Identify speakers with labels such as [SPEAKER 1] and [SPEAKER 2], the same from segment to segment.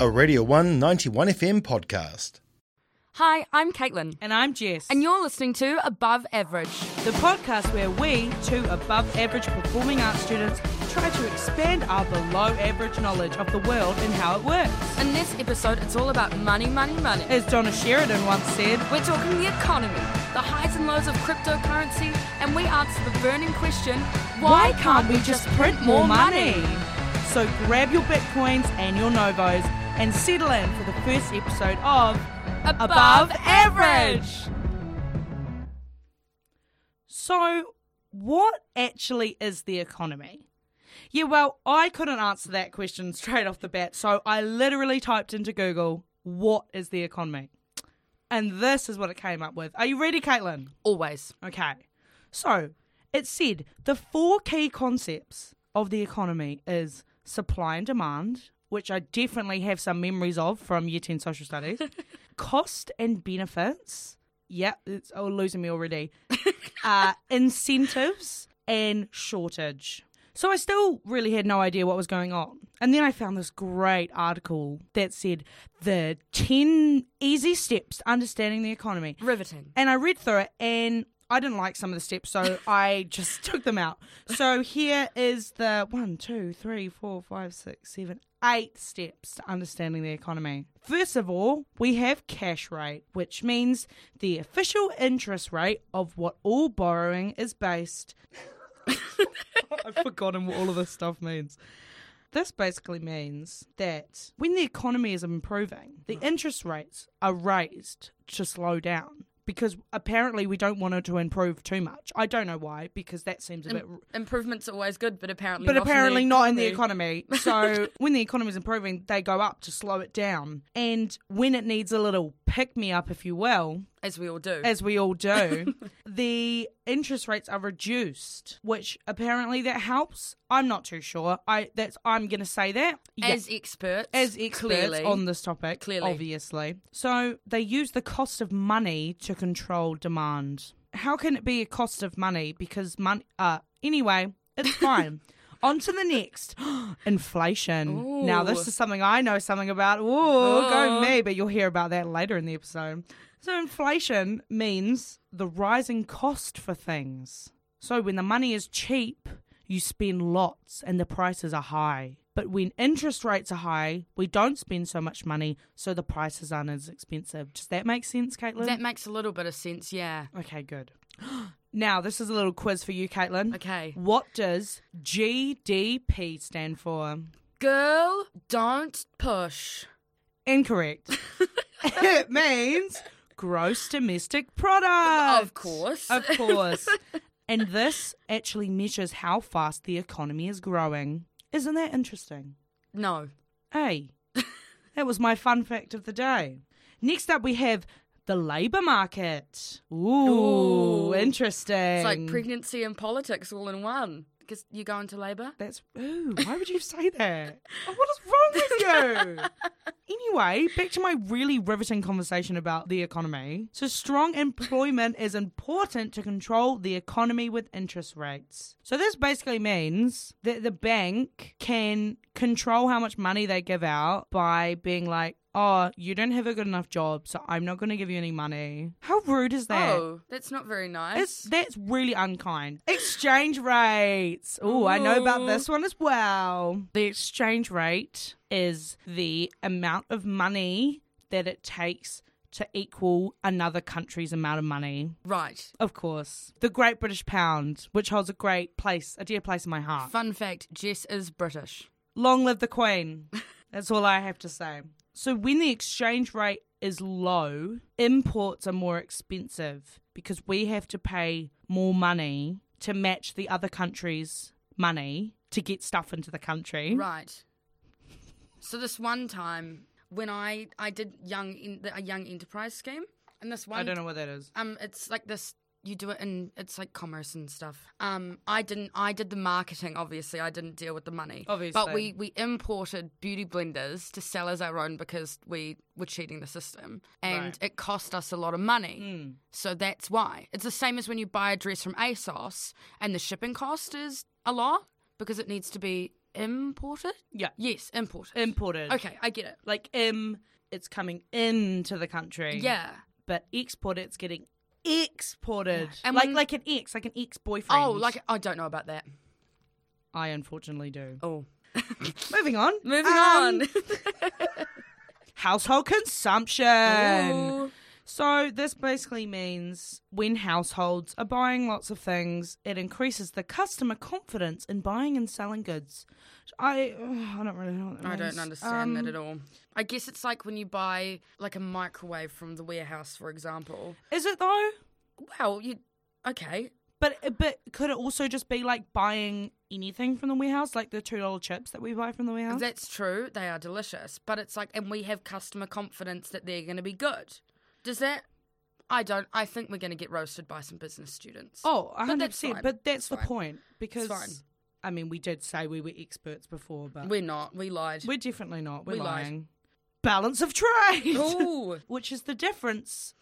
[SPEAKER 1] a Radio 191 FM podcast.
[SPEAKER 2] Hi, I'm Caitlin,
[SPEAKER 3] And I'm Jess.
[SPEAKER 2] and you're listening to Above Average.
[SPEAKER 3] the podcast where we, two above average performing arts students, try to expand our below average knowledge of the world and how it works.
[SPEAKER 2] In this episode, it's all about money, money, money.
[SPEAKER 3] As Donna Sheridan once said,
[SPEAKER 2] We're talking the economy, the highs and lows of cryptocurrency, and we answer the burning question why, can't we just print more money?
[SPEAKER 3] So grab your bitcoins and your novos and settle in for the first episode of
[SPEAKER 2] Above Average!
[SPEAKER 3] So, what actually is the economy? Yeah, well, I couldn't answer that question straight off the bat, so I literally typed into Google, what is the economy? And this is what it came up with. Are you ready, Caitlin?
[SPEAKER 2] Always.
[SPEAKER 3] Okay. So, it said the four key concepts of the economy is supply and demand, which I definitely have some memories of from year 10 social studies, cost and benefits. Yep, it's all losing me already. uh, incentives and shortage. So I still really had no idea what was going on. And then I found this great article that said the 10 easy steps to understanding the economy.
[SPEAKER 2] Riveting.
[SPEAKER 3] And I read through it and I didn't like some of the steps, so I just took them out. So here is the one, two, three, four, five, six, seven, eight steps to understanding the economy. First of all, we have cash rate, which means the official interest rate of what all borrowing is based. I've forgotten what all of this stuff means. This basically means that when the economy is improving, the
[SPEAKER 2] Mm.
[SPEAKER 3] interest rates are raised to slow down because apparently we don't want it to improve too much. I don't know why because that seems a bit.
[SPEAKER 2] Improvement's always good, but apparently
[SPEAKER 3] But
[SPEAKER 2] not in the
[SPEAKER 3] apparently not in the economy. So when the economy is improving, they go up to slow it down. And when it needs a little pick me up, if you will,
[SPEAKER 2] As we all do.
[SPEAKER 3] as we all do, the interest rates are reduced, which apparently that helps. I'm not too sure. I that's I'm going to say that Yeah.
[SPEAKER 2] As experts.
[SPEAKER 3] as experts
[SPEAKER 2] clearly.
[SPEAKER 3] on this topic,
[SPEAKER 2] Clearly.
[SPEAKER 3] obviously. So they use the cost of money to control demand. How can it be a cost of money? Because money. Uh, anyway, it's fine. On to the next inflation. Now, this
[SPEAKER 2] Ooh. Oh.
[SPEAKER 3] is something I know something about. Ooh, go me, but you'll hear about that later in the episode. So, inflation means the rising cost for things. So, when the money is cheap, you spend lots and the prices are high. But when interest rates are high, we don't spend so much money, so the prices aren't as expensive. Does that make sense, Caitlin?
[SPEAKER 2] That makes a little bit of sense, yeah.
[SPEAKER 3] okay, good. Now, this is a little quiz for you, Caitlin.
[SPEAKER 2] Okay.
[SPEAKER 3] What does GDP stand for?
[SPEAKER 2] Girl, don't push.
[SPEAKER 3] Incorrect. it means gross domestic product.
[SPEAKER 2] Of course.
[SPEAKER 3] Of course. and this actually measures how fast the economy is growing. Isn't that interesting?
[SPEAKER 2] No.
[SPEAKER 3] Hey, that was my fun fact of the day. Next up, we have the labour market. Ooh,
[SPEAKER 2] Ooh.
[SPEAKER 3] interesting.
[SPEAKER 2] It's like pregnancy and politics all in one. Because you go into labour.
[SPEAKER 3] That's ooh, why would you say that? Oh, what is wrong with you? anyway, back to my really riveting conversation about the economy. So strong employment is important to control the economy with interest rates. So this basically means that the bank can control how much money they give out by being like Oh, you don't have a good enough job, so I'm not going to give you any money. How rude is that?
[SPEAKER 2] Oh, that's not very nice.
[SPEAKER 3] It's, that's really unkind. Exchange rates. Oh, I know about this one as well. The exchange rate is the amount of money that it takes to equal another country's amount of money.
[SPEAKER 2] Right.
[SPEAKER 3] Of course. The Great British Pound, which holds a great place, a dear place in my heart.
[SPEAKER 2] Fun fact Jess is British.
[SPEAKER 3] Long live the Queen. That's all I have to say. So, when the exchange rate is low, imports are more expensive because we have to pay more money to match the other country's money to get stuff into the country.
[SPEAKER 2] Right. So this one time when I I did young in, the- a young enterprise scheme, and this one
[SPEAKER 3] I don't know what that is.
[SPEAKER 2] um it's like this you do it in it's like commerce and stuff. Um I didn't I did the marketing obviously. I didn't deal with the money. But
[SPEAKER 3] Obviously.
[SPEAKER 2] we we imported beauty blenders to sell as our own because we were cheating the system and
[SPEAKER 3] Right. Hmm.
[SPEAKER 2] it cost us a lot of money. So that's why. It's the same as when you buy a dress from ASOS and the shipping cost is a lot because it needs to be imported?
[SPEAKER 3] Yeah.
[SPEAKER 2] Yes, imported.
[SPEAKER 3] Imported.
[SPEAKER 2] okay, I get it.
[SPEAKER 3] Like im, it's coming into the country.
[SPEAKER 2] Yeah.
[SPEAKER 3] But export, it's getting exported.
[SPEAKER 2] And
[SPEAKER 3] like
[SPEAKER 2] when-
[SPEAKER 3] like an ex, like an ex boyfriend.
[SPEAKER 2] Oh, like I don't know about that.
[SPEAKER 3] I unfortunately do.
[SPEAKER 2] Oh.
[SPEAKER 3] Moving on.
[SPEAKER 2] Moving
[SPEAKER 3] Um,
[SPEAKER 2] on.
[SPEAKER 3] Household consumption.
[SPEAKER 2] Ooh.
[SPEAKER 3] So this basically means when households are buying lots of things, it increases the customer confidence in buying and selling goods. I ugh, I don't really know what that
[SPEAKER 2] I
[SPEAKER 3] means.
[SPEAKER 2] don't understand
[SPEAKER 3] Um,
[SPEAKER 2] that at all. I guess it's like when you buy like a microwave from the warehouse, for example.
[SPEAKER 3] Is it though?
[SPEAKER 2] Well, you okay?
[SPEAKER 3] But but could it also just be like buying anything from the warehouse, like the two dollar chips that we buy from the warehouse?
[SPEAKER 2] That's true. They are delicious, but it's like, and we have customer confidence that they're going to be good. Does that? I don't. I think we're going to get roasted by some business students.
[SPEAKER 3] oh, a
[SPEAKER 2] But
[SPEAKER 3] hundred
[SPEAKER 2] that's
[SPEAKER 3] percent.
[SPEAKER 2] fine.
[SPEAKER 3] But that's the
[SPEAKER 2] fine.
[SPEAKER 3] point because
[SPEAKER 2] fine.
[SPEAKER 3] I mean we did say we were experts before, but
[SPEAKER 2] we're not. We lied.
[SPEAKER 3] we're definitely not. We're
[SPEAKER 2] We lied.
[SPEAKER 3] lying. Balance of trade.
[SPEAKER 2] Ooh.
[SPEAKER 3] which is the difference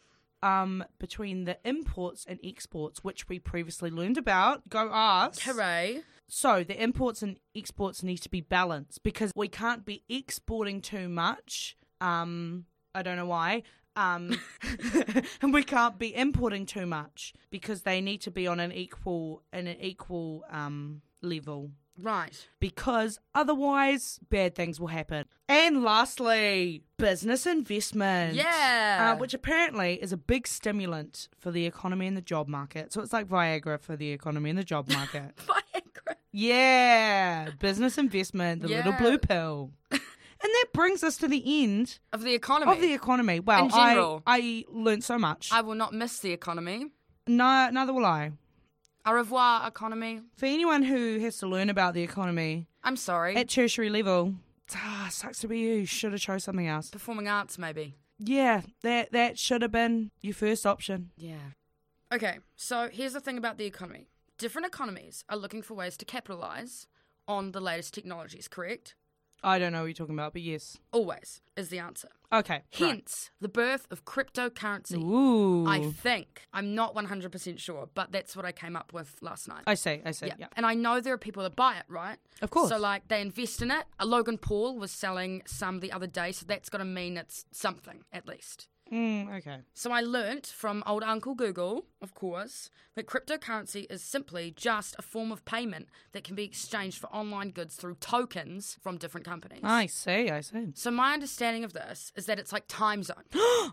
[SPEAKER 3] um, between the imports and exports, which we previously learned about. Go us.
[SPEAKER 2] Hooray.
[SPEAKER 3] So the imports and exports need to be balanced because we can't be exporting too much. Um, I don't know why. Um, and we can't be importing too much because they need to be on an equal in an equal um, level
[SPEAKER 2] Right.
[SPEAKER 3] because otherwise bad things will happen. And lastly, business investment.
[SPEAKER 2] Yeah.
[SPEAKER 3] Uh, which apparently is a big stimulant for the economy and the job market. So it's like Viagra for the economy and the job market.
[SPEAKER 2] Viagra.
[SPEAKER 3] yeah. Business investment, the little
[SPEAKER 2] Yeah.
[SPEAKER 3] blue pill. And that brings us to the end
[SPEAKER 2] Of the economy.
[SPEAKER 3] of the economy. Well,
[SPEAKER 2] In general.
[SPEAKER 3] I, I learned so much.
[SPEAKER 2] I will not miss the economy.
[SPEAKER 3] no, neither will I.
[SPEAKER 2] Au revoir, economy.
[SPEAKER 3] For anyone who has to learn about the economy
[SPEAKER 2] I'm sorry.
[SPEAKER 3] at tertiary level, ah, sucks to be you. Should have chose something else.
[SPEAKER 2] Performing arts, maybe.
[SPEAKER 3] Yeah, that that should have been your first option.
[SPEAKER 2] Yeah. Okay, so here's the thing about the economy different economies are looking for ways to capitalize on the latest technologies, correct?
[SPEAKER 3] I don't know what you're talking about, but yes.
[SPEAKER 2] Always is the answer.
[SPEAKER 3] Okay.
[SPEAKER 2] Hence the birth of cryptocurrency.
[SPEAKER 3] Ooh.
[SPEAKER 2] I think. I'm not 100% sure, but that's what I came up with last night.
[SPEAKER 3] I see. I see.
[SPEAKER 2] yeah.
[SPEAKER 3] Yeah.
[SPEAKER 2] And I know there are people that buy it, right?
[SPEAKER 3] Of course.
[SPEAKER 2] So, like, they invest in it. Uh, Logan Paul was selling some the other day, so that's got to mean it's something, at least.
[SPEAKER 3] Mm, okay.
[SPEAKER 2] So I learnt from old Uncle Google, of course, that cryptocurrency is simply just a form of payment that can be exchanged for online goods through tokens from different companies.
[SPEAKER 3] I see. I see.
[SPEAKER 2] So my understanding of this is that it's like time zone.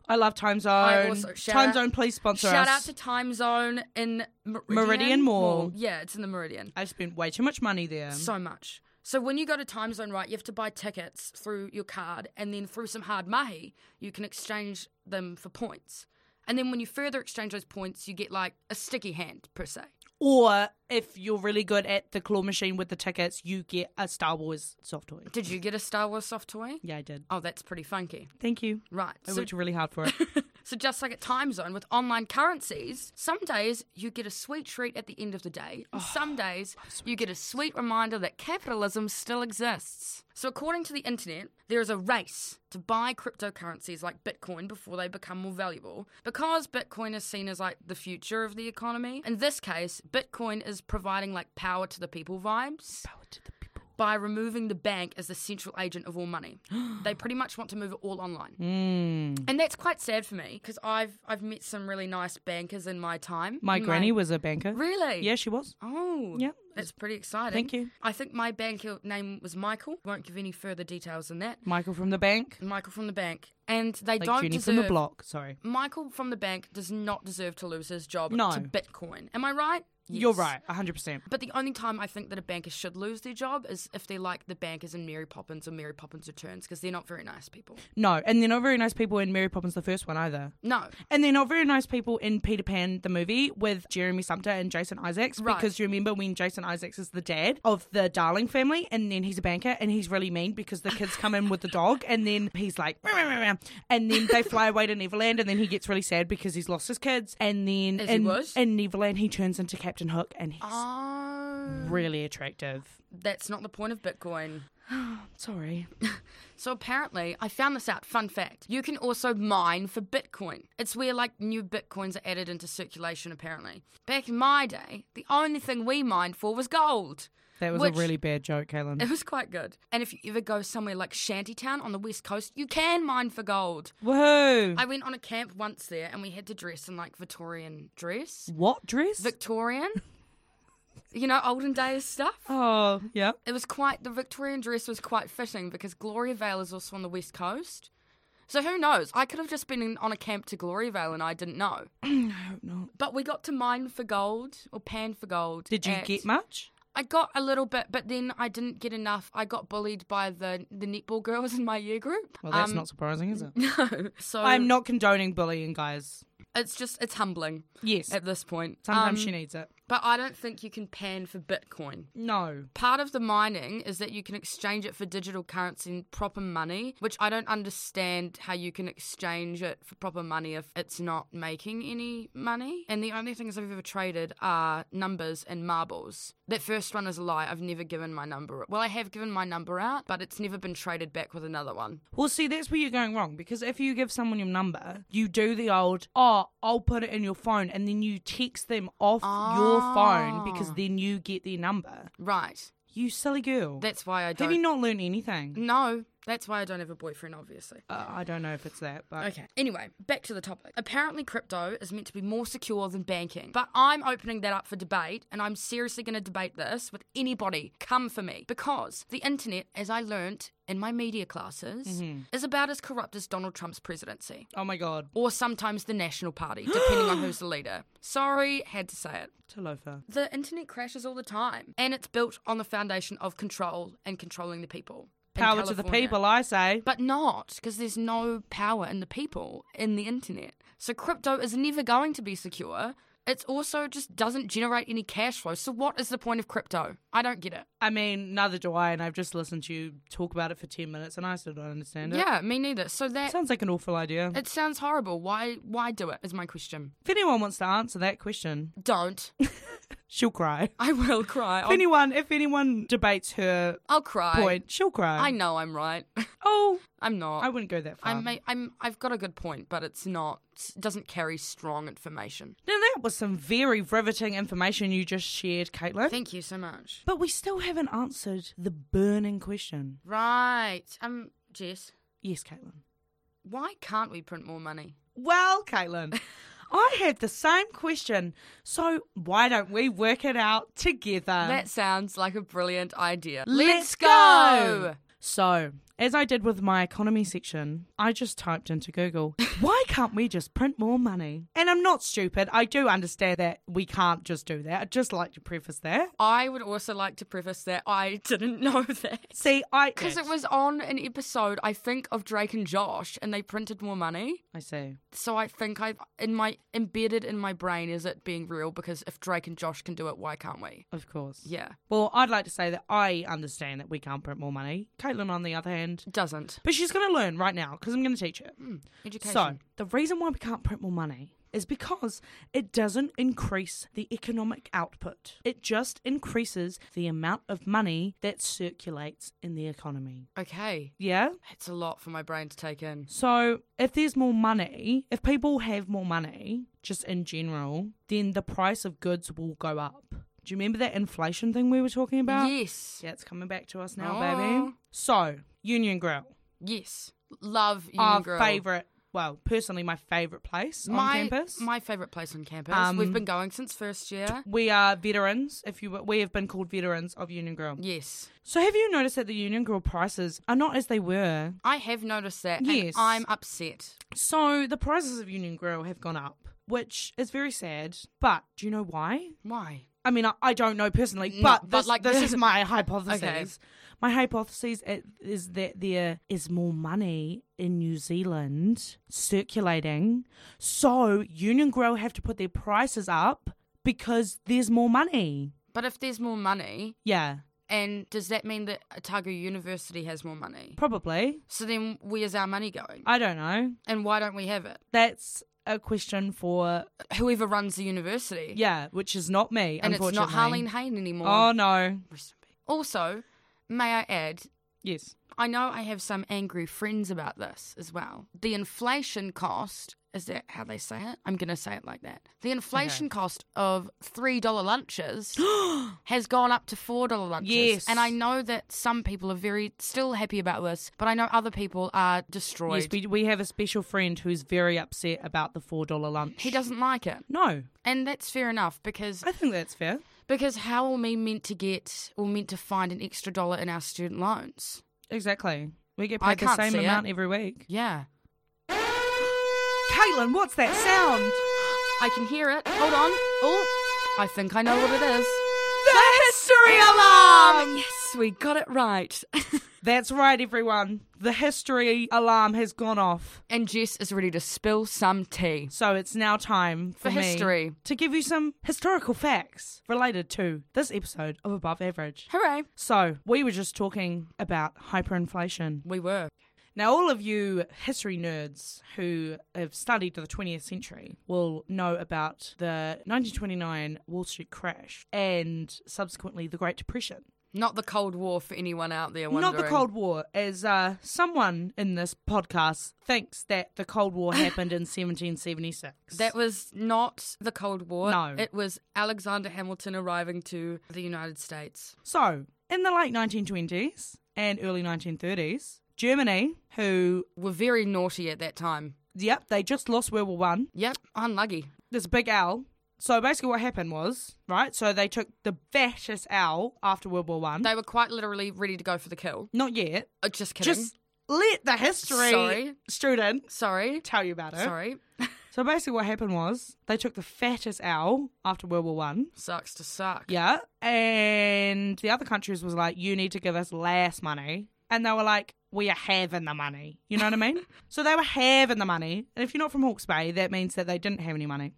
[SPEAKER 3] I love Time Zone.
[SPEAKER 2] also- shout
[SPEAKER 3] time
[SPEAKER 2] out-
[SPEAKER 3] Zone, please sponsor
[SPEAKER 2] Shout out
[SPEAKER 3] us.
[SPEAKER 2] to Time Zone in Meridian,
[SPEAKER 3] Meridian Mall.
[SPEAKER 2] Yeah, it's in the Meridian.
[SPEAKER 3] I spent way too much money there.
[SPEAKER 2] So much. So when you go to Time Zone, right, you have to buy tickets through your card, and then through some hard mahi, you can exchange them for points. And then when you further exchange those points, you get like a sticky hand per se.
[SPEAKER 3] or if you're really good at the claw machine with the tickets, you get a Star Wars soft toy.
[SPEAKER 2] Did you get a Star Wars soft toy?
[SPEAKER 3] Yeah, I did.
[SPEAKER 2] Oh, that's pretty funky.
[SPEAKER 3] Thank you.
[SPEAKER 2] Right.
[SPEAKER 3] I
[SPEAKER 2] So,
[SPEAKER 3] worked really hard for it.
[SPEAKER 2] so just like at Time Zone with online currencies, some days you get a sweet treat at the end of the day, and some days you get a sweet reminder that capitalism still exists. So according to the internet, there is a race to buy cryptocurrencies like Bitcoin before they become more valuable because Bitcoin is seen as like the future of the economy. In this case, Bitcoin is providing like power to the people vibes. by removing the bank as the central agent of all money. they pretty much want to move it all online.
[SPEAKER 3] Hmm.
[SPEAKER 2] And that's quite sad for me because I've I've met some really nice bankers in my time.
[SPEAKER 3] My
[SPEAKER 2] In
[SPEAKER 3] granny was a banker.
[SPEAKER 2] Really?
[SPEAKER 3] Yeah, she was.
[SPEAKER 2] Oh.
[SPEAKER 3] Yeah.
[SPEAKER 2] That's pretty exciting.
[SPEAKER 3] Thank you.
[SPEAKER 2] I think my banker name was Michael. Won't give any further details than that.
[SPEAKER 3] Michael from the bank.
[SPEAKER 2] Michael from the bank. And they
[SPEAKER 3] Like
[SPEAKER 2] don't
[SPEAKER 3] Junie
[SPEAKER 2] deserve
[SPEAKER 3] from the block. Sorry.
[SPEAKER 2] Michael from the bank does not deserve to lose his job
[SPEAKER 3] No.
[SPEAKER 2] to Bitcoin. Am I right?
[SPEAKER 3] You're
[SPEAKER 2] Yes.
[SPEAKER 3] right. 100%.
[SPEAKER 2] But the only time I think that a banker should lose their job is if they're like the bankers in Mary Poppins or Mary Poppins Returns because they're not very nice people.
[SPEAKER 3] No, and they're not very nice people in Mary Poppins the first one either.
[SPEAKER 2] No.
[SPEAKER 3] And they're not very nice people in Peter Pan the movie with Jeremy Sumter and Jason Isaacs
[SPEAKER 2] Right.
[SPEAKER 3] because you remember when Jason Isaacs is the dad of the Darling family and then he's a banker and he's really mean because the kids come in with the dog and then he's like "Meow, meow, meow, meow," and then they fly away to Neverland and then he gets really sad because he's lost his kids and then
[SPEAKER 2] As he
[SPEAKER 3] in,
[SPEAKER 2] was.
[SPEAKER 3] in Neverland he turns into Captain Hook and he's
[SPEAKER 2] Oh.
[SPEAKER 3] really attractive.
[SPEAKER 2] That's not the point of Bitcoin.
[SPEAKER 3] Sorry.
[SPEAKER 2] So apparently, I found this out. Fun fact. You can also mine for Bitcoin. It's where like new Bitcoins are added into circulation, apparently. Back in my day, the only thing we mined for was gold.
[SPEAKER 3] That was
[SPEAKER 2] Which-
[SPEAKER 3] a really bad joke, Caitlin.
[SPEAKER 2] It was quite good. And if you ever go somewhere like Shantytown on the west coast, you can mine for gold.
[SPEAKER 3] Woohoo!
[SPEAKER 2] I went on a camp once there and we had to dress in like Victorian dress.
[SPEAKER 3] what dress?
[SPEAKER 2] Victorian? you know, olden days stuff.
[SPEAKER 3] oh, yeah.
[SPEAKER 2] It was quite the Victorian dress was quite fitting because Gloria Vale is also on the west coast. So who knows? I could have just been in, on a camp to Gloria Vale and I didn't know.
[SPEAKER 3] I hope not.
[SPEAKER 2] But we got to mine for gold or pan for gold.
[SPEAKER 3] Did you
[SPEAKER 2] at-
[SPEAKER 3] get much?
[SPEAKER 2] I got a little bit, but then I didn't get enough. I got bullied by the the netball girls in my year group.
[SPEAKER 3] Well, that's
[SPEAKER 2] Um,
[SPEAKER 3] not surprising, is it?
[SPEAKER 2] No, so
[SPEAKER 3] I'm not condoning bullying, guys.
[SPEAKER 2] It's just it's humbling
[SPEAKER 3] Yes.
[SPEAKER 2] at this point.
[SPEAKER 3] Sometimes
[SPEAKER 2] Um,
[SPEAKER 3] she needs it.
[SPEAKER 2] but I don't think you can pan for Bitcoin.
[SPEAKER 3] No.
[SPEAKER 2] Part of the mining is that you can exchange it for digital currency and proper money, which I don't understand how you can exchange it for proper money if it's not making any money. And the only things I've ever traded are numbers and marbles. That first one is a lie. I've never given my number. Well, I have given my number out, but it's never been traded back with another one.
[SPEAKER 3] Well, see, that's where you're going wrong because if you give someone your number, you do the old, oh, I'll put it in your phone, and then you text them off your phone because
[SPEAKER 2] Ah.
[SPEAKER 3] then you get their number.
[SPEAKER 2] Right.
[SPEAKER 3] You silly girl.
[SPEAKER 2] That's why I
[SPEAKER 3] Have
[SPEAKER 2] don't. Mm.
[SPEAKER 3] you not learned anything?
[SPEAKER 2] no, that's why I don't have a boyfriend, obviously.
[SPEAKER 3] Uh, I don't know if it's that, but
[SPEAKER 2] Okay. Anyway, back to the topic. Apparently, crypto is meant to be more secure than banking, but I'm opening that up for debate, and I'm seriously going to debate this with anybody. Come for me. Because the internet, as I learnt in my media classes,
[SPEAKER 3] Mm-hmm.
[SPEAKER 2] is about as corrupt as Donald Trump's presidency,
[SPEAKER 3] oh my god,
[SPEAKER 2] or sometimes the National Party, depending on who's the leader. Sorry, had to say it.
[SPEAKER 3] Talofa.
[SPEAKER 2] The internet crashes all the time, and it's built on the foundation of control and controlling the people. in
[SPEAKER 3] Power to the
[SPEAKER 2] California.
[SPEAKER 3] people, I say.
[SPEAKER 2] But not, because there's no power in the people in the internet. So crypto is never going to be secure. It's also just doesn't generate any cash flow. So what is the point of crypto? I don't get it.
[SPEAKER 3] I mean, neither do I, and I've just listened to you talk about it for 10 minutes, and I still don't understand it.
[SPEAKER 2] Yeah, me neither. So that
[SPEAKER 3] Sounds like an awful idea.
[SPEAKER 2] it sounds horrible. Why why do it is my question.
[SPEAKER 3] If anyone wants to answer that question,
[SPEAKER 2] Don't.
[SPEAKER 3] she'll cry.
[SPEAKER 2] I will cry.
[SPEAKER 3] If
[SPEAKER 2] I'll,
[SPEAKER 3] anyone, if anyone debates her
[SPEAKER 2] I'll cry.
[SPEAKER 3] point, she'll cry.
[SPEAKER 2] I know I'm right.
[SPEAKER 3] oh,
[SPEAKER 2] I'm not.
[SPEAKER 3] I wouldn't go that far.
[SPEAKER 2] I'm, I'm I've got a good point, but it's not doesn't carry strong information.
[SPEAKER 3] now that was some very riveting information you just shared, Caitlin.
[SPEAKER 2] Thank you so much.
[SPEAKER 3] but we still haven't answered the burning question.
[SPEAKER 2] Right. Um Jess,
[SPEAKER 3] Yes, Caitlin.
[SPEAKER 2] why can't we print more money?
[SPEAKER 3] Well, Caitlin, I had the same question. So why don't we work it out together?
[SPEAKER 2] That sounds like a brilliant idea.
[SPEAKER 3] Um, Let's go! So, as I did with my economy section, I just typed into Google, why can't we just print more money? And I'm not stupid. I do understand that we can't just do that. I'd just like to preface that.
[SPEAKER 2] I would also like to preface that I didn't know that.
[SPEAKER 3] See, I.
[SPEAKER 2] Because it was on an episode, I think, of Drake and Josh, and they printed more money.
[SPEAKER 3] I see.
[SPEAKER 2] So I think I, in my embedded in my brain, is it being real? Because if Drake and Josh can do it, why can't we?
[SPEAKER 3] Of course.
[SPEAKER 2] Yeah,
[SPEAKER 3] Well, I'd like to say that I understand that we can't print more money. Caitlin, on the other hand,
[SPEAKER 2] doesn't
[SPEAKER 3] but she's going to learn right now because I'm going to teach her.
[SPEAKER 2] education?
[SPEAKER 3] So, the reason why we can't print more money is because it doesn't increase the economic output. It just increases the amount of money that circulates in the economy.
[SPEAKER 2] okay,
[SPEAKER 3] Yeah?
[SPEAKER 2] it's a lot for my brain to take in.
[SPEAKER 3] So, if there's more money, if people have more money, just in general, then the price of goods will go up. Do you remember that inflation thing we were talking about?
[SPEAKER 2] yes,
[SPEAKER 3] Yeah, it's coming back to us now,
[SPEAKER 2] Oh.
[SPEAKER 3] baby. So, Union Grill,
[SPEAKER 2] yes, love Union
[SPEAKER 3] our
[SPEAKER 2] Grill.
[SPEAKER 3] favorite, well, personally, my favorite place on
[SPEAKER 2] my,
[SPEAKER 3] campus.
[SPEAKER 2] My favourite place on campus.
[SPEAKER 3] Um,
[SPEAKER 2] We've been going since first year.
[SPEAKER 3] We are veterans. If you we have been called veterans of Union Grill.
[SPEAKER 2] Yes.
[SPEAKER 3] So have you noticed that the Union Grill prices are not as they were?
[SPEAKER 2] I have noticed that. And
[SPEAKER 3] Yes.
[SPEAKER 2] I'm upset.
[SPEAKER 3] So the prices of Union Grill have gone up, which is very sad. But do you know why?
[SPEAKER 2] Why?
[SPEAKER 3] I mean, I, I don't know personally,
[SPEAKER 2] No,
[SPEAKER 3] but,
[SPEAKER 2] Mm, but
[SPEAKER 3] this,
[SPEAKER 2] like-
[SPEAKER 3] this is my hypothesis.
[SPEAKER 2] Okay.
[SPEAKER 3] My hypothesis i- is that there is more money in New Zealand circulating, so Union Grill have to put their prices up because there's more money.
[SPEAKER 2] But if there's more money,
[SPEAKER 3] Yeah,
[SPEAKER 2] and does that mean that Otago University has more money?
[SPEAKER 3] probably.
[SPEAKER 2] So then where's our money going?
[SPEAKER 3] I don't know.
[SPEAKER 2] And why don't we have it?
[SPEAKER 3] That's a question for
[SPEAKER 2] Whoever runs the university.
[SPEAKER 3] yeah, which is not me.
[SPEAKER 2] And it's
[SPEAKER 3] unfortunately.
[SPEAKER 2] not Harlene Hayne anymore.
[SPEAKER 3] Oh no.
[SPEAKER 2] Rest in peace. Also, may I add,
[SPEAKER 3] Yes.
[SPEAKER 2] I know I have some angry friends about this as well. The inflation cost Is that how they say it? I'm going to say it like that. The inflation cost of $3 lunches has gone up to $4 lunches.
[SPEAKER 3] Yes.
[SPEAKER 2] And I know that some people are very still happy about this, but I know other people are
[SPEAKER 3] Yes,
[SPEAKER 2] destroyed.
[SPEAKER 3] we, we have a special friend who's very upset about the $4 lunch.
[SPEAKER 2] he doesn't like it.
[SPEAKER 3] No,
[SPEAKER 2] And that's fair enough because
[SPEAKER 3] I think that's fair.
[SPEAKER 2] because how are we meant to get or meant to find an extra dollar in our student loans?
[SPEAKER 3] Exactly. We get
[SPEAKER 2] I
[SPEAKER 3] paid the
[SPEAKER 2] can't
[SPEAKER 3] same
[SPEAKER 2] see it.
[SPEAKER 3] amount every week.
[SPEAKER 2] Yeah.
[SPEAKER 3] Caitlin, what's that sound?
[SPEAKER 2] I can hear it. Hold on. Oh, I think I know what it is.
[SPEAKER 3] The history alarm!
[SPEAKER 2] yes, we got it right.
[SPEAKER 3] That's right, everyone. The history alarm has gone off.
[SPEAKER 2] and Jess is ready to spill some tea.
[SPEAKER 3] So it's now time for,
[SPEAKER 2] For
[SPEAKER 3] me
[SPEAKER 2] history.
[SPEAKER 3] to give you some historical facts related to this episode of Above Average.
[SPEAKER 2] Hooray.
[SPEAKER 3] So, we were just talking about hyperinflation.
[SPEAKER 2] We were.
[SPEAKER 3] Now, all of you history nerds who have studied the 20th century will know about the 1929 Wall Street crash and subsequently the Great Depression.
[SPEAKER 2] Not the Cold War for anyone out there wondering.
[SPEAKER 3] Not the Cold War, as uh, someone in this podcast thinks that the Cold War happened in 1776.
[SPEAKER 2] That was not the Cold War.
[SPEAKER 3] No.
[SPEAKER 2] It was Alexander Hamilton arriving to the United States.
[SPEAKER 3] so, in the late 1920s and early 1930s, Germany, who,
[SPEAKER 2] Were very naughty at that time.
[SPEAKER 3] yep, they just lost World War One.
[SPEAKER 2] Yep, unlucky.
[SPEAKER 3] this big owl. So basically, what happened was right. So they took the fattest owl after World War One.
[SPEAKER 2] They were quite literally ready to go for the kill.
[SPEAKER 3] Not yet.
[SPEAKER 2] Uh, just kidding.
[SPEAKER 3] Just let the history
[SPEAKER 2] Sorry.
[SPEAKER 3] student
[SPEAKER 2] Sorry.
[SPEAKER 3] tell you about it.
[SPEAKER 2] Sorry.
[SPEAKER 3] So basically, what happened was they took the fattest owl after World War One.
[SPEAKER 2] Sucks to suck.
[SPEAKER 3] Yeah, and the other countries was like, you need to give us less money, and they were like, we are having the money. You know what I mean? so they were having the money, and if you're not from Hawke's Bay, that means that they didn't have any money.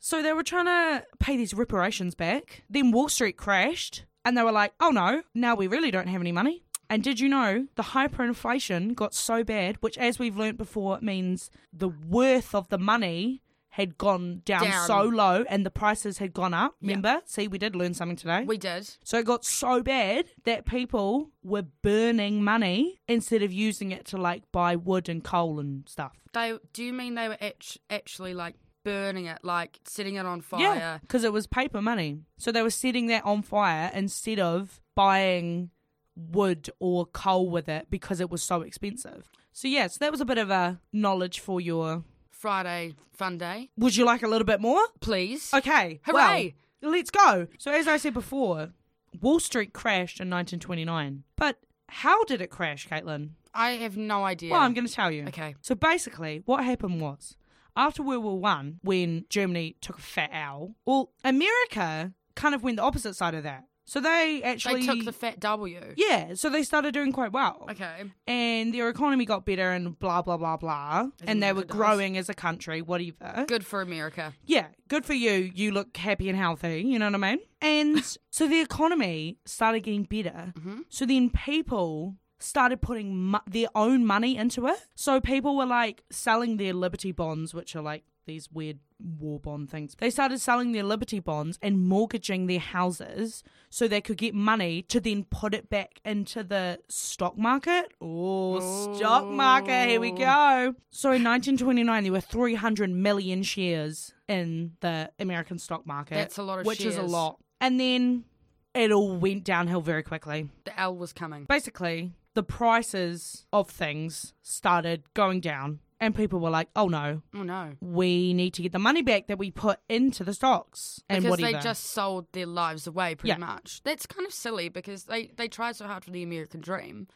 [SPEAKER 3] So they were trying to pay these reparations back. Then Wall Street crashed, and they were like, oh no, now we really don't have any money. And did you know the hyperinflation got so bad, which, as we've learnt before, means the worth of the money had gone down,
[SPEAKER 2] Down.
[SPEAKER 3] so low and the prices had gone up. Remember? See, we did learn something today.
[SPEAKER 2] We did.
[SPEAKER 3] so it got so bad that people were burning money instead of using it to like buy wood and coal and stuff.
[SPEAKER 2] They do you mean they were act- actually like burning it, like setting it on fire?
[SPEAKER 3] Yeah, because it was paper money. So they were setting that on fire instead of buying wood or coal with it because it was so expensive. So yeah, so that was a bit of a knowledge for your.
[SPEAKER 2] Friday fun day,
[SPEAKER 3] Would you like a little bit more?
[SPEAKER 2] please.
[SPEAKER 3] Okay,
[SPEAKER 2] Hooray.
[SPEAKER 3] well, let's go. So as I said before, Wall Street crashed in 1929. But how did it crash, Caitlin?
[SPEAKER 2] I have no idea.
[SPEAKER 3] Well, I'm going to tell you.
[SPEAKER 2] Okay.
[SPEAKER 3] So basically, what happened was after World War One, when Germany took a fat owl, well, America kind of went the opposite side of that. So they
[SPEAKER 2] they
[SPEAKER 3] actually
[SPEAKER 2] took the fat W.
[SPEAKER 3] yeah. So they started doing quite well,
[SPEAKER 2] Okay.
[SPEAKER 3] and their economy got better, and blah blah blah blah, and they
[SPEAKER 2] America
[SPEAKER 3] were
[SPEAKER 2] does.
[SPEAKER 3] growing as a country, whatever.
[SPEAKER 2] Good for America.
[SPEAKER 3] Yeah, good for you. You look happy and healthy. You know what I mean? And so the economy started getting better. So then people started putting mo- their own money into it. So people were like selling their Liberty bonds, which are like these weird war bond things. They started selling their Liberty bonds and mortgaging their houses so they could get money to then put it back into the stock market. Oh, stock market. Here we go. Oh, so in 1929, there were 300 million shares in the American stock market.
[SPEAKER 2] That's a lot of
[SPEAKER 3] which is a
[SPEAKER 2] shares.
[SPEAKER 3] lot. And then it all went downhill very quickly.
[SPEAKER 2] The L was coming.
[SPEAKER 3] Basically, the prices of things started going down, and people were like, "Oh no,
[SPEAKER 2] Oh no.
[SPEAKER 3] we need to get the money back that we put into the stocks and
[SPEAKER 2] Because
[SPEAKER 3] whatever."
[SPEAKER 2] they just sold their lives away pretty
[SPEAKER 3] Yeah.
[SPEAKER 2] much. That's kind of silly because they, they tried so hard for the American dream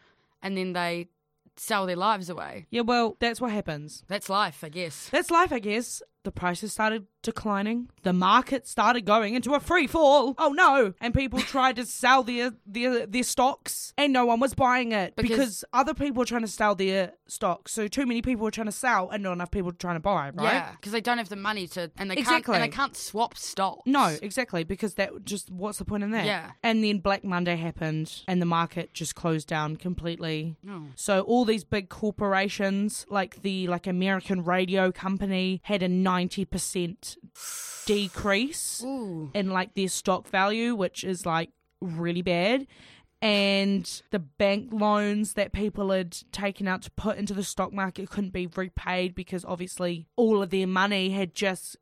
[SPEAKER 2] and then they sell their lives away.
[SPEAKER 3] yeah, well, that's what happens.
[SPEAKER 2] That's life, I guess.
[SPEAKER 3] That's life, I guess. The prices started declining. The market started going into a free fall. Oh no! And people tried to sell their their their stocks, and no one was buying it because,
[SPEAKER 2] Because-
[SPEAKER 3] other people were trying to sell their stocks. So too many people were trying to sell, and not enough people were trying to buy. Right?
[SPEAKER 2] Yeah, because they don't have the money to, and they
[SPEAKER 3] Exactly.
[SPEAKER 2] can't, and they can't swap stocks.
[SPEAKER 3] No, exactly. Because that just what's the point in that?
[SPEAKER 2] Yeah.
[SPEAKER 3] And then Black Monday happened, and the market just closed down completely.
[SPEAKER 2] Oh.
[SPEAKER 3] So all these big corporations, like the like American radio company, had a ninety percent decrease
[SPEAKER 2] Ooh.
[SPEAKER 3] in like their stock value, which is like really bad. and the bank loans that people had taken out to put into the stock market couldn't be repaid because obviously all of their money had just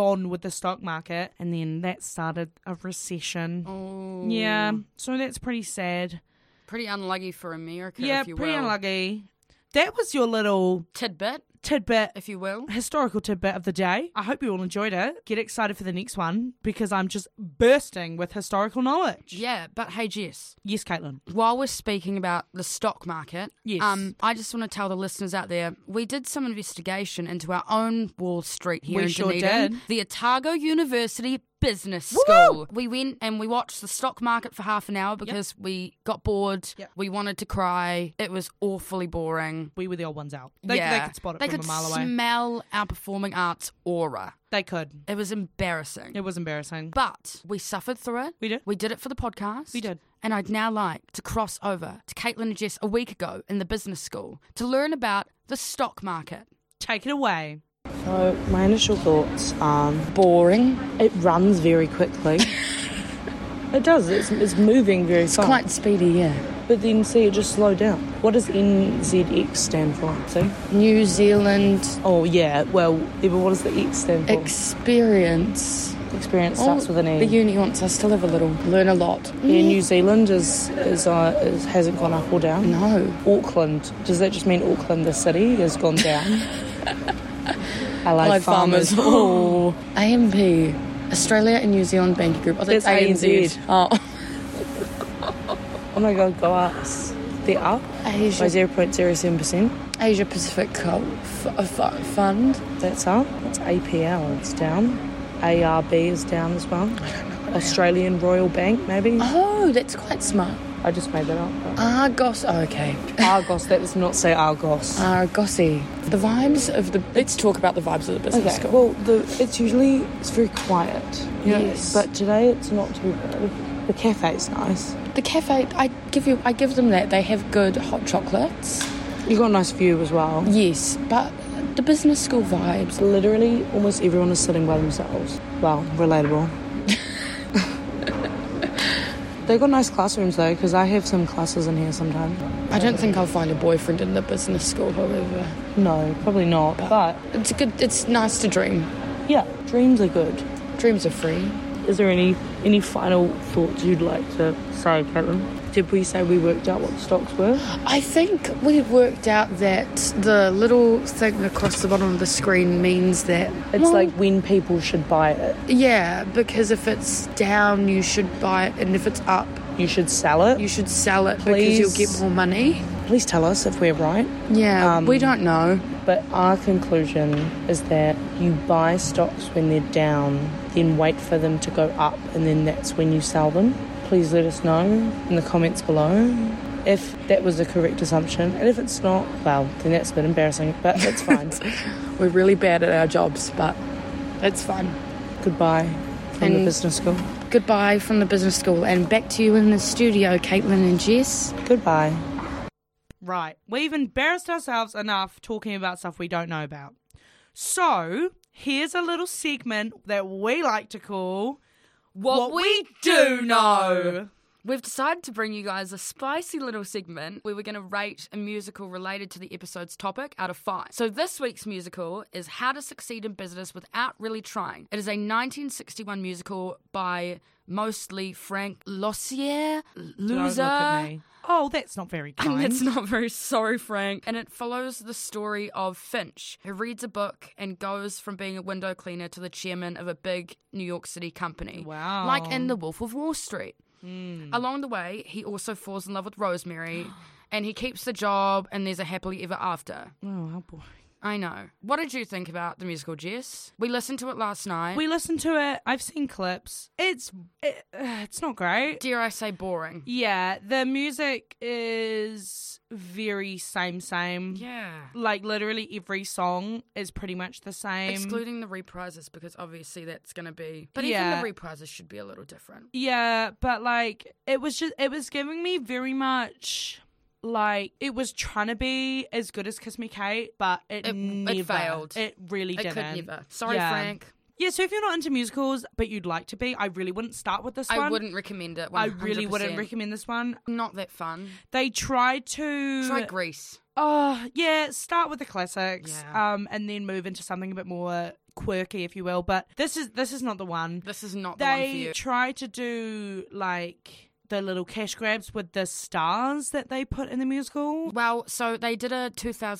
[SPEAKER 3] gone with the stock market and then that started a recession.
[SPEAKER 2] Oh,
[SPEAKER 3] Yeah, so that's pretty sad.
[SPEAKER 2] Pretty unlucky for America,
[SPEAKER 3] yeah,
[SPEAKER 2] if you
[SPEAKER 3] pretty
[SPEAKER 2] will.
[SPEAKER 3] unlucky. That was your little
[SPEAKER 2] Tidbit,
[SPEAKER 3] tidbit
[SPEAKER 2] if you will.
[SPEAKER 3] historical tidbit of the day. I hope you all enjoyed it. Get excited for the next one because I'm just bursting with historical knowledge.
[SPEAKER 2] Yeah, but hey, Jess,
[SPEAKER 3] Yes, Caitlin.
[SPEAKER 2] while we're speaking about the stock market,
[SPEAKER 3] Yes.
[SPEAKER 2] um, I just want to tell the listeners out there we did some investigation into our own Wall Street here
[SPEAKER 3] We
[SPEAKER 2] in
[SPEAKER 3] sure
[SPEAKER 2] Dunedin,
[SPEAKER 3] did.
[SPEAKER 2] the Otago University Business
[SPEAKER 3] Woo-woo!
[SPEAKER 2] School. We went and we watched the stock market for half an hour because we got bored.
[SPEAKER 3] Yep.
[SPEAKER 2] We wanted to cry. It was awfully boring.
[SPEAKER 3] We were the old ones out. They,
[SPEAKER 2] yeah,
[SPEAKER 3] they could spot it
[SPEAKER 2] They
[SPEAKER 3] from
[SPEAKER 2] could
[SPEAKER 3] a mile away.
[SPEAKER 2] smell our performing arts aura.
[SPEAKER 3] They could.
[SPEAKER 2] It was embarrassing.
[SPEAKER 3] It was embarrassing.
[SPEAKER 2] But we suffered through it.
[SPEAKER 3] we did.
[SPEAKER 2] We did it for the podcast.
[SPEAKER 3] We did.
[SPEAKER 2] And I'd now like to cross over to Caitlin and Jess a week ago in the business school to learn about the stock market.
[SPEAKER 3] Take it away.
[SPEAKER 4] So my initial thoughts are
[SPEAKER 5] boring.
[SPEAKER 4] it runs very quickly. it does. It's, it's moving very fast.
[SPEAKER 5] Quite speedy, yeah.
[SPEAKER 4] But then see it just slow down. What does NZX stand for? See?
[SPEAKER 5] New Zealand
[SPEAKER 4] Oh yeah. Well, yeah, but what does the X stand for?
[SPEAKER 5] experience.
[SPEAKER 4] Experience starts with an
[SPEAKER 5] The
[SPEAKER 4] E.
[SPEAKER 5] uni wants us to live a little, learn a lot.
[SPEAKER 4] Yeah, New Zealand is is, uh, is hasn't gone up or down.
[SPEAKER 5] No.
[SPEAKER 4] Auckland. Does that just mean Auckland, the city, has gone down? I like,
[SPEAKER 5] Like farmers.
[SPEAKER 4] farmers. Oh,
[SPEAKER 5] AMP, Australia and New Zealand Banking Group. Oh, that's,
[SPEAKER 4] That's
[SPEAKER 5] ANZ.
[SPEAKER 4] ANZ.
[SPEAKER 5] Oh,
[SPEAKER 4] oh my God, go us. They're up by
[SPEAKER 5] Asia,
[SPEAKER 4] zero point zero seven percent.
[SPEAKER 5] Asia Pacific Co- f- f- Fund.
[SPEAKER 4] That's up. That's APL. It's down. ARB is down as well. Australian Royal Bank, maybe.
[SPEAKER 5] Oh, that's quite smart.
[SPEAKER 4] I just made that up.
[SPEAKER 5] Argos. Oh, okay.
[SPEAKER 4] Argos. That does not say Argos.
[SPEAKER 5] Argosy. The vibes of the. Let's talk about the vibes of the business
[SPEAKER 4] Okay.
[SPEAKER 5] school.
[SPEAKER 4] Well, the, it's usually it's very quiet. you know,
[SPEAKER 5] Yes.
[SPEAKER 4] But today it's not too bad. The cafe's nice.
[SPEAKER 5] The cafe, I give you, I give them that. They have good hot chocolates.
[SPEAKER 4] You got a nice view as well.
[SPEAKER 5] Yes, but the business school vibes.
[SPEAKER 4] Literally, almost everyone is sitting by themselves. Well, relatable. They've got nice classrooms though, because I have some classes in here sometimes.
[SPEAKER 5] I don't think I'll find a boyfriend in the business school, however.
[SPEAKER 4] No, probably not. But
[SPEAKER 5] It's a good. It's nice to dream.
[SPEAKER 4] yeah, dreams are good.
[SPEAKER 5] Dreams are free.
[SPEAKER 4] Is there any any final thoughts you'd like to say, Caitlin? Did we say we worked out what the stocks were?
[SPEAKER 5] I think we worked out that the little thing across the bottom of the screen means that
[SPEAKER 4] It's
[SPEAKER 5] Well,
[SPEAKER 4] like when people should buy it,
[SPEAKER 5] yeah, because if it's down, you should buy it, and if it's up,
[SPEAKER 4] you should sell it.
[SPEAKER 5] you should sell it because you'll
[SPEAKER 4] Please.
[SPEAKER 5] get more money.
[SPEAKER 4] Please tell us if we're right.
[SPEAKER 5] Yeah,
[SPEAKER 4] Um,
[SPEAKER 5] we don't know.
[SPEAKER 4] But our conclusion is that you buy stocks when they're down, then wait for them to go up, and then that's when you sell them. Please let us know in the comments below if that was the correct assumption. And if it's not, well, then that's a bit embarrassing, but it's fine.
[SPEAKER 5] We're really bad at our jobs, but it's fun.
[SPEAKER 4] Goodbye from the
[SPEAKER 5] And-
[SPEAKER 4] business school.
[SPEAKER 5] Goodbye from the business school, and back to you in the studio, Caitlin and Jess.
[SPEAKER 4] Goodbye.
[SPEAKER 3] Right. We've embarrassed ourselves enough talking about stuff we don't know about. So here's a little segment that we like to call
[SPEAKER 2] What, we do know. We've decided to bring you guys a spicy little segment where we're going to rate a musical related to the episode's topic out of five. So, this week's musical is How to Succeed in Business Without Really Trying. It is a 1961 musical by mostly Frank Lossier,
[SPEAKER 3] Don't look
[SPEAKER 2] loser.
[SPEAKER 3] at me. Oh, that's not very
[SPEAKER 2] And
[SPEAKER 3] kind.
[SPEAKER 2] It's not very sorry, Frank. And it follows the story of Finch, who reads a book and goes from being a window cleaner to the chairman of a big New York City company.
[SPEAKER 3] Wow. Hmm.
[SPEAKER 2] Like in The Wolf of Wall Street. Along the way, he also falls in love with Rosemary and he keeps the job and there's a happily ever after.
[SPEAKER 3] oh, how boring.
[SPEAKER 2] I know. What did you think about the musical, Jess? We listened to it last night.
[SPEAKER 3] We listened to it. I've seen clips. It's it, uh, it's not great.
[SPEAKER 2] Dare I say boring?
[SPEAKER 3] Yeah, the music is very same same.
[SPEAKER 2] Yeah.
[SPEAKER 3] Like literally every song is pretty much the same.
[SPEAKER 2] Excluding the reprises because obviously that's going to be. But
[SPEAKER 3] Yeah.
[SPEAKER 2] even the reprises should be a little different.
[SPEAKER 3] Yeah, but like it was just it was giving me very much like it was trying to be as good as Kiss Me Kate, but it,
[SPEAKER 2] It- it
[SPEAKER 3] never
[SPEAKER 2] failed.
[SPEAKER 3] It really
[SPEAKER 2] I
[SPEAKER 3] didn't.
[SPEAKER 2] could never. Sorry,
[SPEAKER 3] Yeah.
[SPEAKER 2] Frank.
[SPEAKER 3] Yeah, so if you're not into musicals but you'd like to be, I really wouldn't start with this
[SPEAKER 2] I
[SPEAKER 3] one.
[SPEAKER 2] wouldn't recommend it. 100%.
[SPEAKER 3] I really wouldn't recommend this one.
[SPEAKER 2] Not that fun.
[SPEAKER 3] They tried to
[SPEAKER 2] Try Greece.
[SPEAKER 3] Oh, yeah, start with the classics
[SPEAKER 2] Yeah.
[SPEAKER 3] um and then move into something a bit more quirky if you will, but this is this is not the one.
[SPEAKER 2] This is not the one for
[SPEAKER 3] they
[SPEAKER 2] you.
[SPEAKER 3] try to do like the little cash grabs with the stars that they put in the musical.
[SPEAKER 2] Well, so they did a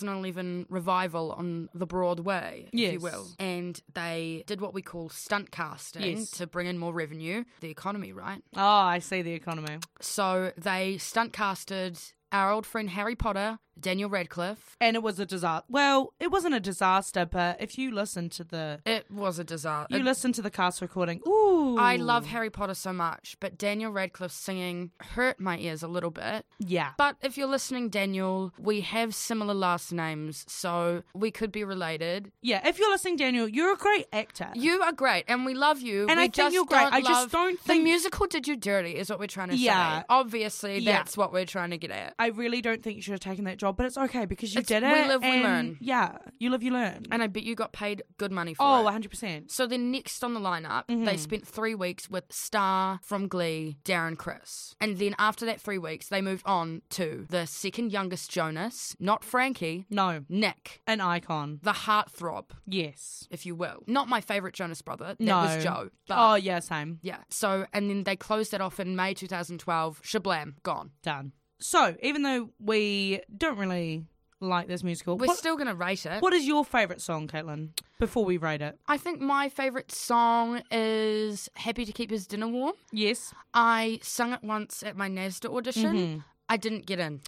[SPEAKER 2] 2011 revival on the Broadway, if you
[SPEAKER 3] Yes.
[SPEAKER 2] will, and they did what we call stunt casting
[SPEAKER 3] Yes.
[SPEAKER 2] to bring in more revenue, the economy, right?
[SPEAKER 3] Oh, I see the economy.
[SPEAKER 2] So they stunt casted our old friend Harry Potter, Daniel Radcliffe.
[SPEAKER 3] And it was a disaster. Well, it wasn't a disaster, but if you listen to the
[SPEAKER 2] It was a disaster.
[SPEAKER 3] you listen to the cast recording. Ooh.
[SPEAKER 2] Uh, I love Harry Potter so much, but Daniel Radcliffe singing hurt my ears a little bit.
[SPEAKER 3] Yeah.
[SPEAKER 2] But if you're listening, Daniel, we have similar last names, so we could be related.
[SPEAKER 3] Yeah, if you're listening, Daniel, you're a great actor.
[SPEAKER 2] You are great, and we love you.
[SPEAKER 3] And I
[SPEAKER 2] we
[SPEAKER 3] think
[SPEAKER 2] just
[SPEAKER 3] you're great.
[SPEAKER 2] don't
[SPEAKER 3] I just
[SPEAKER 2] love-
[SPEAKER 3] don't
[SPEAKER 2] the
[SPEAKER 3] think-
[SPEAKER 2] musical did you dirty is what we're trying to
[SPEAKER 3] Yeah.
[SPEAKER 2] say. Obviously,
[SPEAKER 3] Yeah.
[SPEAKER 2] that's what we're trying to get at.
[SPEAKER 3] I really don't think you should have taken that job, but it's okay because you
[SPEAKER 2] It's-
[SPEAKER 3] did
[SPEAKER 2] we
[SPEAKER 3] it.
[SPEAKER 2] live, we
[SPEAKER 3] and-
[SPEAKER 2] learn.
[SPEAKER 3] Yeah, you live, you learn.
[SPEAKER 2] And I bet you got paid good money for
[SPEAKER 3] oh, Mm-hmm.
[SPEAKER 2] it.
[SPEAKER 3] 100%.
[SPEAKER 2] So then next on the lineup, they spent three weeks with Star from Glee, Darren Chris. And then after that three weeks, they moved on to the second youngest Jonas, not Frankie,
[SPEAKER 3] No,
[SPEAKER 2] Nick,
[SPEAKER 3] an icon.
[SPEAKER 2] the heartthrob,
[SPEAKER 3] Yes.
[SPEAKER 2] if you will. Not my favourite Jonas brother. That
[SPEAKER 3] no.
[SPEAKER 2] was Joe. But
[SPEAKER 3] oh, yeah, same.
[SPEAKER 2] yeah. So and then they closed that off in May 2012. Shablam, gone.
[SPEAKER 3] Done. So, even though we don't really like this musical,
[SPEAKER 2] We're
[SPEAKER 3] what,
[SPEAKER 2] still gonna rate it.
[SPEAKER 3] what is your favourite song, Caitlin, before we rate it?
[SPEAKER 2] I think my favourite song is Happy to Keep His Dinner Warm.
[SPEAKER 3] Yes.
[SPEAKER 2] I sung it once at my NASDA audition. I didn't get in.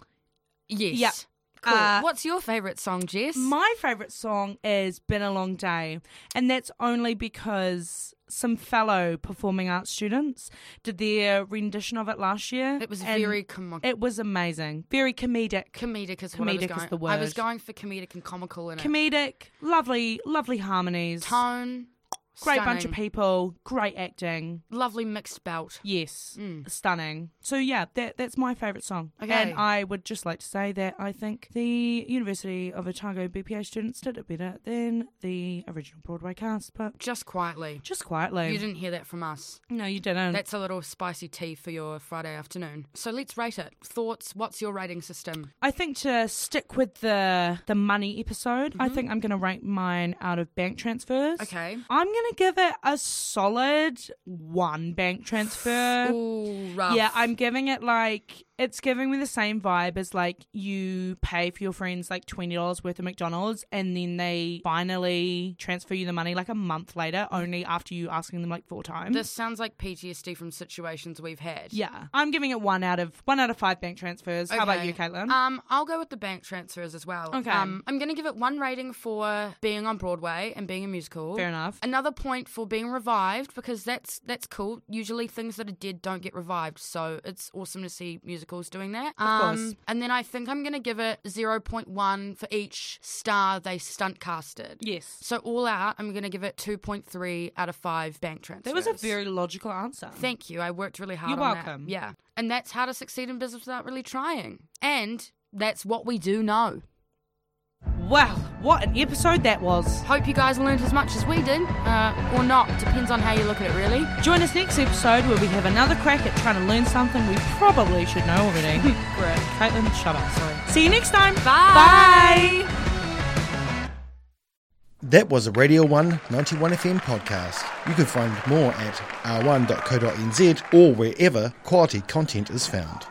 [SPEAKER 2] Yes.
[SPEAKER 3] Mm-hmm. Yeah.
[SPEAKER 2] Cool.
[SPEAKER 3] Uh,
[SPEAKER 2] What's your favourite song, Jess?
[SPEAKER 3] My favourite song is Been a Long Day, and that's only because some fellow performing arts students did their rendition of it last year.
[SPEAKER 2] it was
[SPEAKER 3] and
[SPEAKER 2] very com-
[SPEAKER 3] It was amazing. Very comedic.
[SPEAKER 2] comedic is what I was
[SPEAKER 3] comedic is
[SPEAKER 2] going.
[SPEAKER 3] the
[SPEAKER 2] I was
[SPEAKER 3] word.
[SPEAKER 2] going for comedic and comical in it.
[SPEAKER 3] comedic, lovely, lovely harmonies.
[SPEAKER 2] Tone.
[SPEAKER 3] great bunch of
[SPEAKER 2] stunning,
[SPEAKER 3] people, great acting.
[SPEAKER 2] Lovely mixed belt.
[SPEAKER 3] Yes, stunning. So yeah, that that's my favourite song.
[SPEAKER 2] Mm. Okay.
[SPEAKER 3] And I would just like to say that I think the University of Otago BPA students did it better than the original Broadway cast, but
[SPEAKER 2] Just quietly.
[SPEAKER 3] just quietly.
[SPEAKER 2] You didn't hear that from us.
[SPEAKER 3] No, you didn't.
[SPEAKER 2] That's a little spicy tea for your Friday afternoon. So let's rate it. Thoughts? What's your rating system?
[SPEAKER 3] I think to stick with the the money episode, I think I'm going to rank mine out of bank transfers.
[SPEAKER 2] Mm-hmm. Okay.
[SPEAKER 3] I'm going to give it a solid one bank transfer.
[SPEAKER 2] Ooh, rough.
[SPEAKER 3] Yeah, I'm giving it like it's giving me the same vibe as like you pay for your friends like twenty dollars worth of McDonald's and then they finally transfer you the money like a month later, only after you asking them like four times.
[SPEAKER 2] This sounds like PTSD from situations we've had.
[SPEAKER 3] yeah, I'm giving it one out of one out of five bank transfers. How about
[SPEAKER 2] Okay.
[SPEAKER 3] you, Caitlin?
[SPEAKER 2] Um, I'll go with the bank transfers as well.
[SPEAKER 3] Okay.
[SPEAKER 2] Um, I'm going to give it one rating for being on Broadway and being a musical.
[SPEAKER 3] Fair enough.
[SPEAKER 2] Another point for being revived because that's that's cool. Usually things that are dead don't get revived, so it's awesome to see musicals doing that. Um,
[SPEAKER 3] Of course.
[SPEAKER 2] And then I think I'm going to give it 0.1 for each star they stunt casted.
[SPEAKER 3] yes,
[SPEAKER 2] So all out, I'm going to give it 2.3 out of 5 bank transfers.
[SPEAKER 3] that was a very logical answer.
[SPEAKER 2] Thank you. I worked really hard
[SPEAKER 3] You're
[SPEAKER 2] on that.
[SPEAKER 3] welcome.
[SPEAKER 2] Yeah. And that's how to succeed in business without really trying. And that's what we do know.
[SPEAKER 3] Wow, what an episode that was.
[SPEAKER 2] Hope you guys learned as much as we did, uh, or not. Depends on how you look at it, really.
[SPEAKER 3] Join us next episode where we have another crack at trying to learn something we probably should know already.
[SPEAKER 2] Great.
[SPEAKER 3] Caitlin, shut up. Sorry. See you next time.
[SPEAKER 2] Bye.
[SPEAKER 3] Bye.
[SPEAKER 1] That was a Radio 1 91 FM podcast. You can find more at r1.co.nz or wherever quality content is found.